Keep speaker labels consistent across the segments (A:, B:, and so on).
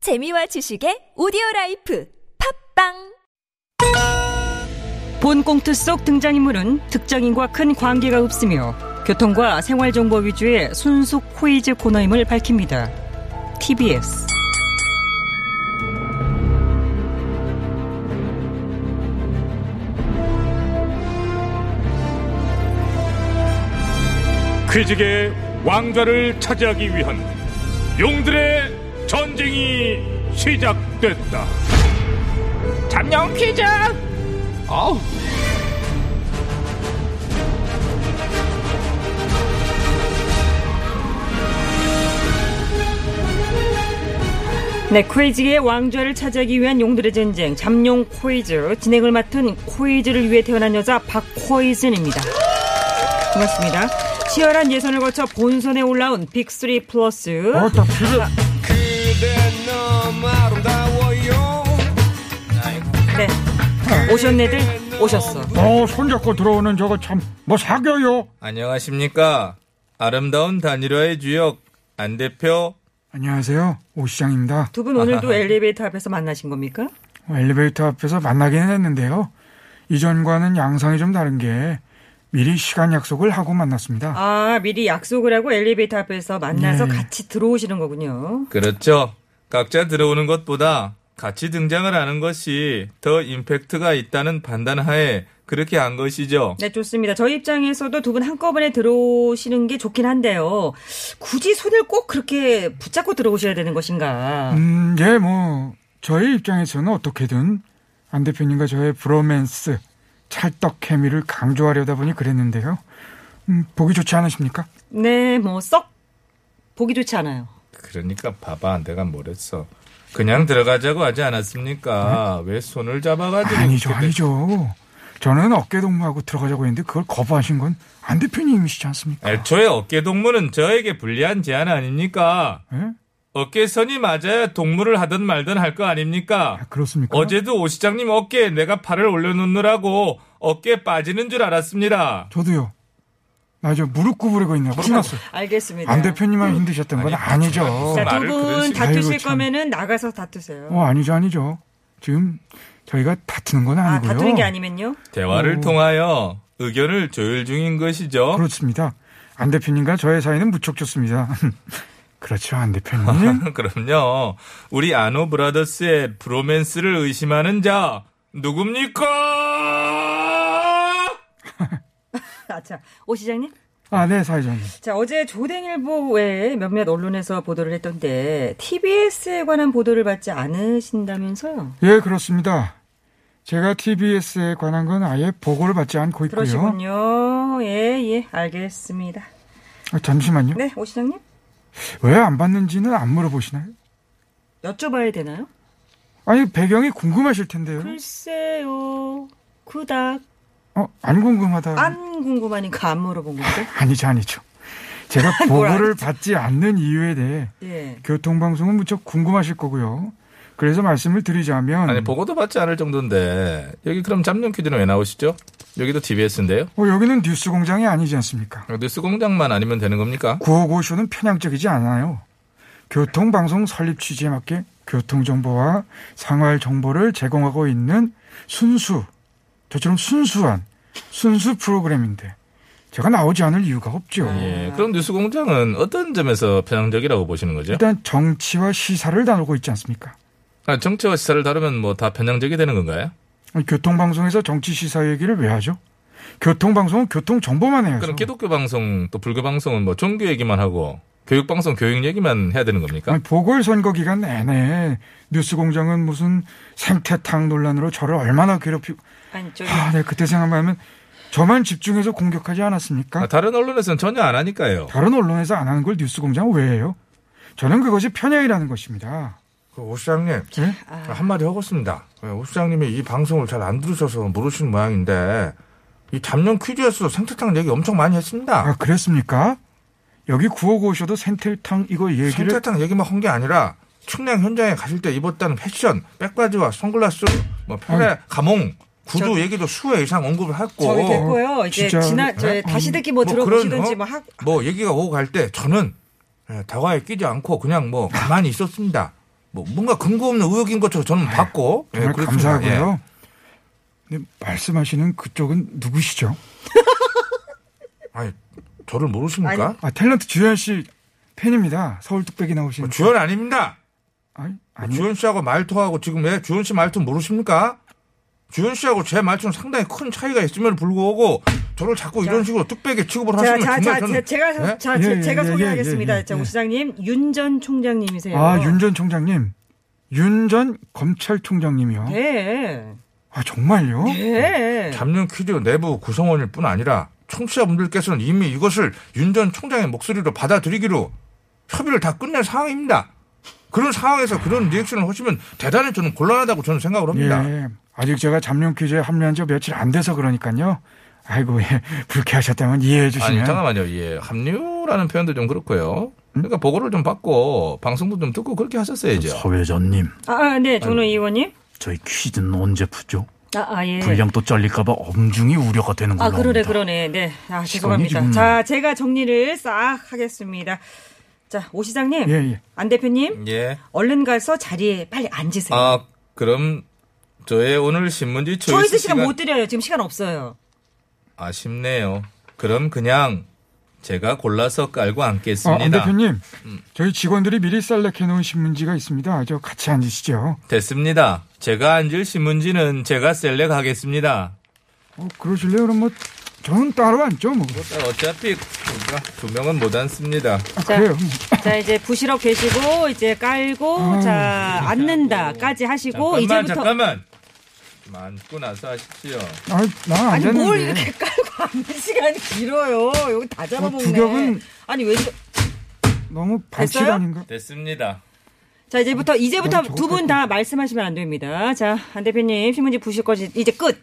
A: 재미와 지식의 오디오 라이프 팝빵
B: 본 꽁트 속 등장인물은 특정인과 큰 관계가 없으며 교통과 생활정보 위주의 순수 코이즈 코너임을 밝힙니다. TBS
C: 퀴즈계의 왕좌를 차지하기 위한 용들의 전쟁이 시작됐다. 잠룡 퀴즈! 아우.
B: 네, 코이즈의 왕좌를 차지하기 위한 용들의 전쟁 잠룡 코이즈 진행을 맡은 코이즈를 위해 태어난 여자 박코이즈입니다. 고맙습니다. 치열한 예선을 거쳐 본선에 올라온 빅3 플러스
D: 그대 너무 아름다워요
B: 네, 오셨네들 오셨어.
E: 어, 손잡고 들어오는 저거 참, 뭐 사겨요?
F: 안녕하십니까. 아름다운 단일화의 주역, 안 대표.
E: 안녕하세요. 오 시장입니다.
B: 두 분 오늘도 엘리베이터 앞에서 만나신 겁니까?
E: 엘리베이터 앞에서 만나기는 했는데요. 이전과는 양상이 좀 다른 게 미리 시간 약속을 하고 만났습니다.
B: 아, 미리 약속을 하고 엘리베이터 앞에서 만나서
E: 네.
B: 같이 들어오시는 거군요.
F: 그렇죠. 각자 들어오는 것보다 같이 등장을 하는 것이 더 임팩트가 있다는 판단 하에 그렇게 한 것이죠.
B: 네, 좋습니다. 저희 입장에서도 두 분 한꺼번에 들어오시는 게 좋긴 한데요. 굳이 손을 꼭 그렇게 붙잡고 들어오셔야 되는 것인가.
E: 음, 예, 뭐, 저의 입장에서는 어떻게든 안 대표님과 저의 브로맨스, 찰떡 케미를 강조하려다 보니 그랬는데요. 음, 보기 좋지 않으십니까?
B: 네, 뭐, 썩, 보기 좋지 않아요.
F: 그러니까 봐봐, 안 대가 뭐랬어. 그냥 들어가자고 하지 않았습니까? 왜 손을 잡아가지고.
E: 네? 아니죠,
F: 이렇게
E: 아니죠. 저는 어깨 동무하고 들어가자고 했는데 그걸 거부하신 건 안 대표님이시지 않습니까?
F: 애초에 어깨 동무는 저에게 불리한 제안 아닙니까?
E: 예?
F: 어깨선이 맞아야 동무를 하든 말든 할 거 아닙니까?
E: 아, 그렇습니까?
F: 어제도 오 시장님 어깨에 내가 팔을 올려놓느라고 어깨 빠지는 줄 알았습니다.
E: 저도요. 나 저 무릎 구부리고 있네요. 끝났어.
B: 알겠습니다.
E: 안 대표님만 힘드셨던 건
F: 아니,
E: 아니죠.
F: 무슨
B: 자,
F: 말을
B: 두 분
F: 그러시-
B: 다투실
E: 아이고, 참.
B: 거면은 나가서 다투세요.
E: 어, 아니죠, 아니죠. 지금 저희가 다투는 건
B: 아,
E: 아니고요.
B: 다투는 게 아니면요?
F: 대화를
E: 오.
F: 통하여 의견을 조율 중인 것이죠.
E: 그렇습니다. 안 대표님과 저의 사이는 무척 좋습니다. 그렇죠, 안 대표님.
F: 그럼요. 우리 아노 브라더스의 브로맨스를 의심하는 자 누굽니까?
B: 아, 자, 오 시장님?
E: 아, 네, 사회자님.
B: 자, 어제 조댕일보 외에 몇몇 언론에서 보도를 했던데 TBS에 관한 보도를 받지 않으신다면서요?
E: 예, 그렇습니다. 제가 TBS에 관한 건 아예 보고를 받지 않고 있고요.
B: 그러시군요. 예, 예, 알겠습니다.
E: 아, 잠시만요.
B: 네, 오 시장님?
E: 왜 안 받는지는 안 물어보시나요?
B: 여쭤봐야 되나요?
E: 아니, 배경이 궁금하실 텐데요.
B: 그 글쎄요. 그닥
E: 어, 안 궁금하다.
B: 안 궁금하니까 안 물어본 건데.
E: 아니죠, 아니죠. 제가
B: 뭘
E: 보고를 받지 않는 이유에 대해
B: 예.
E: 교통방송은 무척 궁금하실 거고요. 그래서 말씀을 드리자면,
F: 아니 보고도 받지 않을 정도인데 여기 그럼 잠룡 퀴즈는 왜 나오시죠? 여기도 TBS인데요.
E: 어, 여기는 뉴스 공장이 아니지 않습니까?
F: 뉴스 공장만 아니면 되는 겁니까?
E: 955쇼는 편향적이지 않아요. 교통방송 설립 취지에 맞게 교통정보와 생활정보를 제공하고 있는 순수, 저처럼 순수한, 순수 프로그램인데, 제가 나오지 않을 이유가 없죠.
F: 예, 그럼 뉴스 공장은 어떤 점에서 편향적이라고 보시는 거죠?
E: 일단 정치와 시사를 다루고 있지 않습니까?
F: 아, 정치와 시사를 다루면 뭐 다 편향적이 되는 건가요?
E: 교통방송에서 정치 시사 얘기를 왜 하죠? 교통방송은 교통정보만
G: 그렇죠.
E: 해야죠.
F: 그럼 기독교 방송 또 불교 방송은 뭐 종교 얘기만 하고 교육 방송 교육 얘기만 해야 되는 겁니까?
E: 아니, 보궐선거 기간 내내 뉴스공장은 무슨 생태탕 논란으로 저를 얼마나 괴롭히고
B: 아니, 저기
E: 아, 네 그때 생각하면 저만 집중해서 공격하지
G: 그러니까.
F: 아,
E: 않았습니까?
F: 다른 언론에서는 전혀 안 하니까요.
E: 다른 언론에서 안 하는 걸 뉴스공장 왜 해요? 저는 그것이 편향이라는 것입니다.
G: 그 오 시장님
E: 예?
B: 아.
G: 한마디 하고 있습니다. 예, 오 시장님이 이 방송을 잘 안 들으셔서 모르시는 모양인데 이 잡념 퀴즈에서도 생태탕 얘기 엄청 많이 했습니다.
E: 아 그랬습니까? 여기 구호고 오셔도 생태탕 이거 얘기를
G: 생태탕 그 얘기만 한 게 아니라 측량 현장에 가실 때 입었다는 패션, 백바지와 선글라스, 뭐 팔에 가몽, 구두 얘기도 수회 이상 언급을
B: 저기
G: 했고
B: 됐고요. 이제
E: 어, 진짜.
B: 지나 저
E: 네?
B: 다시 듣기 뭐,
G: 뭐
B: 들어보시든지
G: 그런,
B: 뭐 하,
G: 뭐 얘기가 오고 갈 때 저는 예, 대화에 끼지 않고 그냥 뭐 가만히 있었습니다. 뭐 뭔가 근거 없는 의혹인 것처럼 저는 봤고 예,
E: 네. 정말
G: 그렇습니다.
E: 감사하고요. 근데 말씀하시는 그쪽은 누구시죠?
G: 예. 아니 저를 모르십니까?
E: 아 탤런트 주현 씨 팬입니다. 서울 뚝배기 나오시는.
G: 뭐 주연 아닙니다.
E: 아니,
G: 뭐
E: 아니
G: 주연 씨하고 말투하고 지금 왜 주연 씨 말투 모르십니까? 주연 씨하고 제 말투는 상당히 큰 차이가 있음에도 불구하고 저를 자꾸 이런 식으로 뚝배기 취급을
B: 자,
G: 하시면
B: 자,
G: 정말
B: 자,
G: 저는
B: 제- 제가
G: 예?
B: 자,
E: 예,
B: 제,
E: 예,
B: 제가
E: 예,
B: 소개하겠습니다.
E: 예, 예,
B: 자,
E: 예.
B: 오 시장님 윤 전 총장님이세요.
E: 아 윤 전 총장님, 윤 전 검찰총장님이요.
B: 예.
E: 아 정말요? 네.
B: 예.
G: 잡념 퀴즈 내부 구성원일 뿐 아니라 청취자분들께서는 이미 이것을 윤 전 총장의 목소리로 받아들이기로 협의를 다 끝낸 상황입니다. 그런 상황에서 그런 리액션을 하시면 대단히 저는 곤란하다고 저는 생각을 합니다.
E: 예. 아직 제가 잡룡 퀴즈에 합류한 지 며칠 안 돼서 그러니까요. 아이고 예. 불쾌하셨다면 이해해
G: 아니
E: 주시면.
G: 잠깐만요. 예, 합류라는 표현도 좀 그렇고요. 그러니까 보고를 좀 받고 방송도 좀 듣고 그렇게 하셨어야죠.
H: 서회전님,
B: 아, 아, 네, 정호 의원님.
H: 저희 퀴즈는 언제 푸죠?
B: 아, 아 예.
H: 분량 또 잘릴까봐 엄중히 우려가 되는
B: 아,
H: 걸로
B: 그러네,
H: 합니다.
B: 그러네. 네. 아,
H: 시간이
B: 죄송합니다.
H: 지금-
B: 자, 제가 정리를 싹 하겠습니다. 자, 오 시장님.
E: 예, 예.
B: 안 대표님.
E: 네.
F: 예.
B: 얼른 가서 자리에 빨리 앉으세요.
F: 아 그럼 저의 오늘 신문지
B: 초이스
F: 초이스
B: 시간
F: 시간
B: 못 드려요. 지금 시간 없어요.
F: 아쉽네요. 그럼 그냥 제가 골라서 깔고
E: 아, 안
F: 앉겠습니다.
E: 대표님,
G: 음.
E: 저희 직원들이 미리 셀렉해 놓은 신문지가 있습니다. 저 같이 앉으시죠.
F: 됐습니다. 제가 앉을 신문지는 제가 셀렉하겠습니다.
E: 어, 그러실래요? 그럼 뭐 저는 따로 앉죠. 뭐
F: 어차피 두 명은 못 앉습니다.
E: 아,
B: 자.
E: 그래요.
B: 자, 이제 부시럭 계시고 이제 깔고 자, 앉는다까지 하시고
F: 잠깐만
B: 이제부터
F: 잠깐만. 좀 앉고 나서 하십시오.
E: 아, 나안
B: 아니 뭘 이렇게
E: 되는데.
B: 깔고 앉는 시간이 길어요. 여기 다 잡아먹네.
E: 두 겹은-
B: 아니 왜? 이래-
E: 너무 반칙
B: 됐어요?
E: 아닌가?
F: 됐습니다.
B: 자 이제부터 이제부터
E: 아,
B: 두 분 다 말씀하시면 안 됩니다. 자 안 대표님 신문지 부실 것이 이제 끝.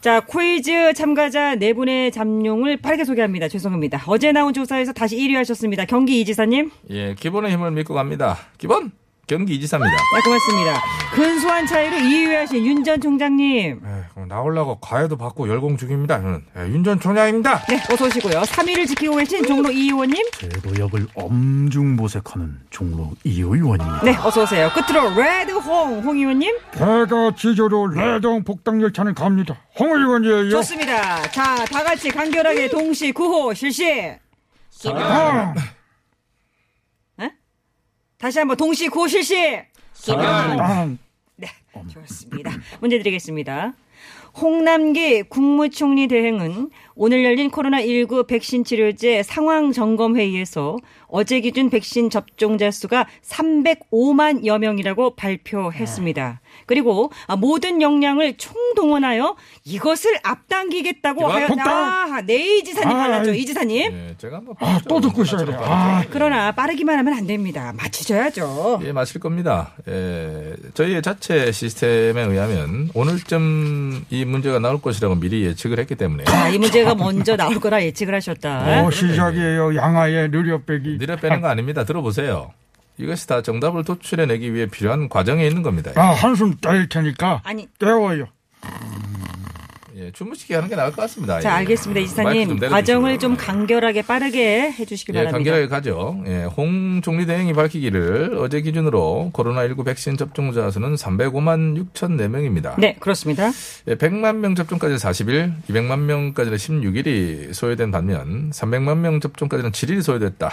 B: 자 퀴즈 참가자 네 분의 잠룡을 빠르게 소개합니다. 죄송합니다. 어제 나온 조사에서 다시 1위 하셨습니다. 경기 이지사님.
F: 예, 기본의 힘을 믿고 갑니다. 기본 경기 이지사입니다.
B: 네, 고맙습니다. 근소한 차이로 2위 하신 윤 전 총장님.
G: 예, 그럼 나오려고 과외도 받고 열공 중입니다. 저는 예, 윤 전 총장입니다.
B: 네, 어서 오시고요. 3위를 지키고 계신 종로 이 의원님.
H: 제도협을 엄중 보색하는 종로 이 의원입니다.
B: 네, 어서 오세요. 끝으로 레드홍 홍 의원님.
E: 배가 지조로 레동 복당 열차는 갑니다. 홍 의원이에요.
B: 좋습니다. 자, 다 같이 간결하게 동시 구호 실시.
E: 음. 아,
B: 다시 한번 동시 구호 실시.
E: 아,
B: 좋습니다. 문제 드리겠습니다. 홍남기 국무총리 대행은 오늘 열린 코로나19 백신 치료제 상황 점검 회의에서 어제 기준 백신 접종자 수가 305만여 명이라고 발표했습니다.
E: 네.
B: 그리고 아, 모든 역량을 총동원하여 이것을 앞당기겠다고
F: 이거
B: 하였다.
E: 폭탄!
B: 아, 네, 이지사님
E: 아,
B: 하나죠.
E: 아이.
B: 이지사님.
F: 예, 제가 뭐
E: 아, 또 듣고 있어야 돼. 아,
B: 그러나 빠르기만 하면 안 됩니다. 맞추셔야죠.
E: 네.
F: 예, 맞을 겁니다. 예, 저희의 자체 시스템에 의하면 오늘쯤 이 문제가 나올 것이라고 미리 예측을 했기 때문에
B: 자, 이
E: 아,
B: 문제가 먼저 나올 거라 예측을 하셨다.
E: 어, 시작이에요. 양아의 느려 빼기.
F: 느려 빼는 거 아닙니다. 들어보세요. 이것이 다 정답을 도출해내기 위해 필요한 과정에 있는 겁니다.
E: 아, 한숨 떼일 테니까
B: 아니.
E: 떼워요.
F: 예, 주무시게 하는 게 나을 것 같습니다.
B: 자,
F: 예.
B: 알겠습니다.
F: 마이크 좀
B: 이사님.
F: 내려주시고요.
B: 과정을 좀 간결하게 빠르게 해주시기
F: 예,
B: 바랍니다.
F: 간결하게 가죠. 예, 홍 총리 대행이 밝히기를 어제 기준으로 코로나19 백신 접종자 수는 305만 6천 4명입니다.
B: 네, 그렇습니다.
F: 예, 100만 명 접종까지는 40일, 200만 명까지는 16일이 소요된 반면 300만 명 접종까지는 7일이 소요됐다.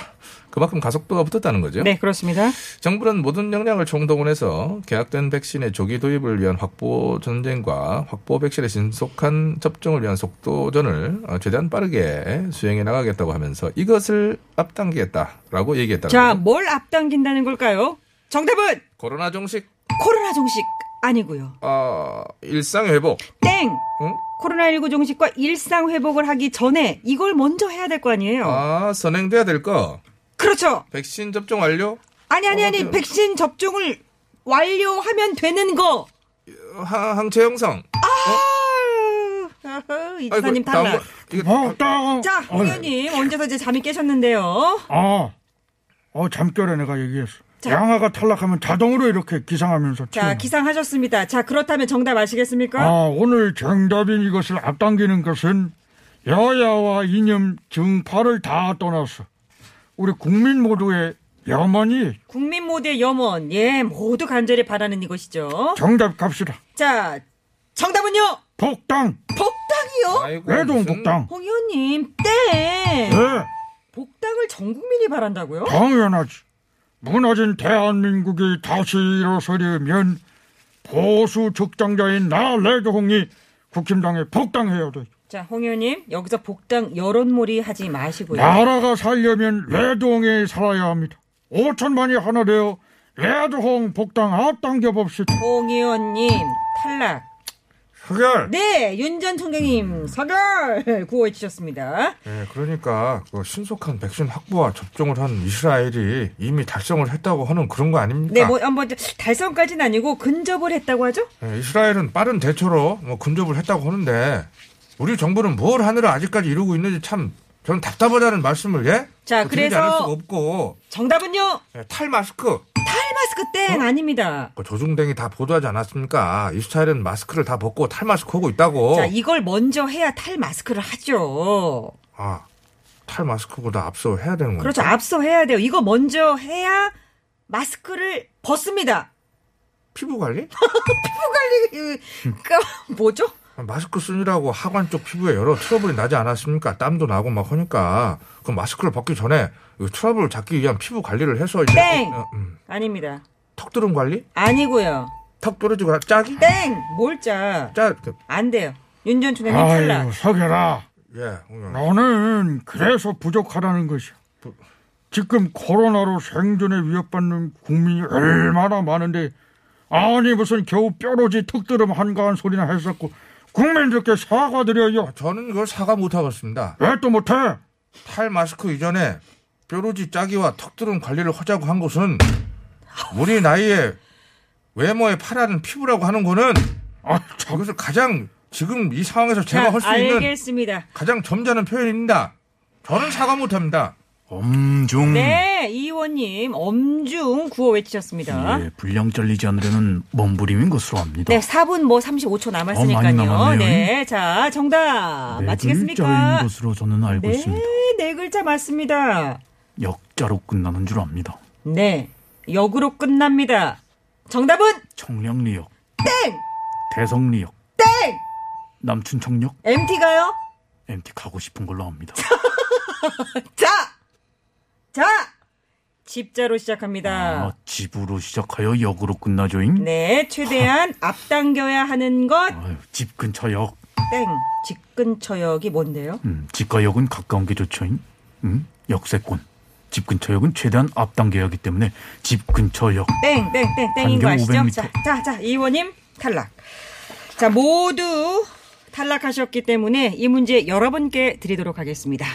F: 그만큼 가속도가 붙었다는 거죠.
B: 네, 그렇습니다.
F: 정부는 모든 역량을 총동원해서 계약된 백신의 조기 도입을 위한 확보 전쟁과 확보 백신의 신속한 접종을 위한 속도전을 어, 최대한 빠르게 수행해 나가겠다고 하면서 이것을 앞당기겠다라고 얘기했다는
B: 자,
F: 거죠.
B: 뭘 앞당긴다는 걸까요? 정답은
F: 코로나 종식
B: 코로나 종식 아니고요.
F: 어, 일상 회복.
B: 땡!
F: 응?
B: 코로나19 종식과 일상 회복을 하기 전에 이걸 먼저 해야 될 거 아니에요.
F: 아, 선행돼야 될 거.
B: 그렇죠.
F: 백신 접종 완료.
B: 아니 아니 아니
F: 어,
B: 백신 접종을 완료하면 되는
F: 어?
B: 거.
F: 항, 항체 형성.
B: 아하, 이
F: 아이고,
B: 지사님
F: 다음
B: 탈락.
F: 거. 이거
E: 어, 따
B: 자, 홍 의원님 언제서 이제 잠이 깨셨는데요.
E: 아, 어 잠결에 내가 얘기했어.
B: 자.
E: 양아가 탈락하면 자동으로 이렇게 기상하면서.
B: 자,
E: 튀어나와.
B: 기상하셨습니다. 자, 그렇다면 정답 아시겠습니까?
E: 아, 오늘 정답인 이것을 앞당기는 것은 여야와 이념, 정파를 다 떠나서 우리 국민 모두의 염원이
B: 국민 모두의 염원, 예, 모두 간절히 바라는 이것이죠.
E: 정답 갑시다.
B: 자, 정답은요?
E: 복당.
B: 복당이요?
I: 아이고,
E: 외동
I: 무슨-
E: 복당.
B: 홍 의원님, 땡!
E: 네.
B: 복당을 전 국민이 바란다고요?
E: 당연하지. 무너진 대한민국이 다시 일어서려면 보수 적장자인 나 레드홍이 국힘당에 복당해야 돼.
B: 자, 홍 의원님, 여기서 복당 여론몰이 하지 마시고요.
E: 나라가 살려면 레드홍이 살아야 합니다. 5천만이 하나 되어 레드홍 복당 앞당겨 봅시다.
B: 홍 의원님, 탈락.
F: 흑열.
B: 네, 윤 전 총장님, 서결! 구호해주셨습니다.
F: 예, 그러니까 그 신속한 백신 확보와 접종을 한 이스라엘이 이미 달성을 했다고 하는 그런 거 아닙니까?
B: 네, 뭐, 한번 달성까지는 아니고 근접을 했다고 하죠?
F: 예, 이스라엘은 빠른 대처로 뭐 근접을 했다고 하는데 우리 정부는 뭘 하느라 아직까지 이러고 있는지 참 저는 답답하다는 말씀을 예?
B: 자,
F: 뭐 드리지 않을 수가
B: 그래서
F: 없고
B: 정답은요?
F: 예, 탈 마스크
B: 탈 마스크 땡! 아닙니다.
F: 그 조중댕이 다 보도하지 않았습니까? 이스라엘은 마스크를 다 벗고 탈 마스크 하고
H: 어.
F: 있다고.
B: 자, 이걸 먼저 해야 탈 마스크를 하죠.
F: 아, 탈 마스크보다 앞서 해야 되는 거죠.
B: 그렇죠. 앞서 해야 돼요. 이거 먼저 해야 마스크를 벗습니다.
F: 피부 관리?
B: 그러니까 뭐죠?
F: 마스크 쓰느라고 하관 쪽 피부에 여러 트러블이 나지 않았습니까? 땀도 나고 막 하니까 그 마스크를 벗기 전에 이 트러블을 잡기 위한 피부 관리를 해서 이제
B: 땡!
F: 어, 음.
B: 아닙니다.
F: 턱드름 관리?
B: 아니고요.
F: 턱 떨어지고 짜기?
B: 땡! 몰자.
F: 짜 그,
B: 안 돼요. 윤전 총장님 탈락.
E: 아유 석열아,
F: 예. 음.
E: 너는 그래서 부족하다는 것이야. 지금 코로나로 생존에 위협받는 국민이 얼마나 많은데 아니 무슨 겨우 뾰로지 턱드름 한가한 소리나 했었고 국민들께 사과드려요.
F: 저는 그걸 사과 못 하겠습니다.
E: 왜 또 못해?
F: 탈 마스크 이전에 뾰루지 짜기와 턱드름 관리를 하자고 한 것은 우리 나이에 외모에 파라는 피부라고 하는 거는
E: 아,
F: 자,
E: 참.
F: 이것을 가장 지금 이 상황에서 제가 할 수 있는
B: 네, 알겠습니다.
F: 가장 점잖은 표현입니다. 저는 사과 못합니다.
H: 엄중.
B: 네, 이 의원님 엄중 구호 외치셨습니다.
H: 예, 불량 잘리지 않으려는 몸부림인 것으로 압니다.
B: 네, 4분 뭐 35초
H: 어, 많이
B: 남았으니까요.
H: 남았네요.
B: 네, 자, 정답
H: 네 글자인
B: 맞히겠습니까?
H: 것으로 저는 알고
B: 아, 네,
H: 있습니다.
B: 네 글자 맞습니다.
H: 역자로 끝나는 줄 압니다.
B: 네, 역으로 끝납니다. 정답은
H: 청량리역,
B: 땡!
H: 대성리역,
B: 땡!
H: 남춘청역,
B: MT가요?
H: MT 가고 싶은 걸로 압니다.
B: 자! 자! 집자로 시작합니다.
H: 아, 집으로 시작하여 역으로 끝나죠잉.
B: 네, 최대한 앞당겨야 하는 것.
H: 아유, 집 근처역,
B: 땡. 집 근처역이 뭔데요?
H: 음, 집가역은 가까운 게 좋죠잉. 음, 역세권. 집 근처역은 최대한 앞당겨야 하기 때문에 집 근처역.
B: 땡, 땡, 땡, 땡인 거
H: 반경
B: 아시죠?
H: 500m.
B: 자, 자, 자, 이원님 탈락. 자, 모두 탈락하셨기 때문에 이 문제 여러분께 드리도록 하겠습니다.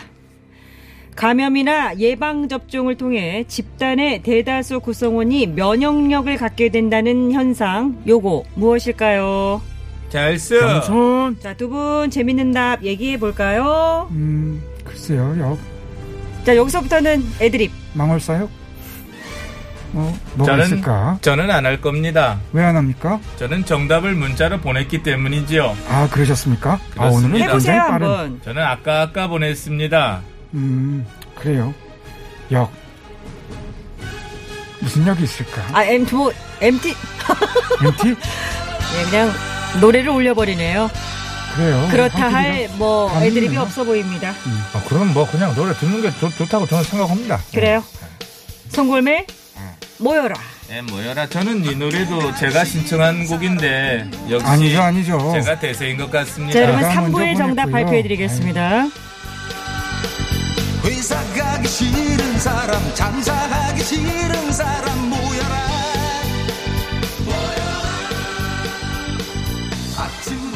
B: 감염이나 예방접종을 통해 집단의 대다수 구성원이 면역력을 갖게 된다는 현상, 요거 무엇일까요?
F: 잘 써.
E: 우선
B: 자, 두 분 재밌는 답 얘기해 볼까요?
E: 음 글쎄요 역
B: 자, 여기서부터는 애드립.
E: 음, 망월사역 어 뭐가 있을까
J: 저는 안 할 겁니다.
E: 왜 안 합니까
J: 저는 정답을 문자로 보냈기 때문이지요.
E: 아 그러셨습니까 아
J: 그렇습니다.
E: 오늘은 굉장히
B: 해보세요,
E: 빠른
B: 한번.
J: 저는 아까 아까 보냈습니다.
E: 음 그래요 역 무슨 역이 있을까
B: 아, M, 뭐, MT.
E: MT
B: 네, 그냥 노래를 올려버리네요.
E: 아, 그래요 음.
B: 그렇다
E: 한끼리가-
B: 할 뭐
E: 안
B: 애드립이
E: 되네요.
B: 없어 보입니다.
F: 아, 그럼 뭐 그냥 노래 듣는 게 좋, 다고 저는 생각합니다.
B: 그래요. 송골매
E: 음.
B: 모여라.
J: 네, 뭐여라. 저는 이 노래도 제가 신청한 곡인데 역시
E: 아니죠 아니죠
J: 제가 대세인 것 같습니다.
B: 자 여러분
E: 제가
B: 3부의
E: 예, 먼저
B: 정답
E: 보냈고요. 예.
B: 발표해드리겠습니다.
D: 회사 가기 싫은 사람 장사 하기 싫은 사람 모여라 모여라 아침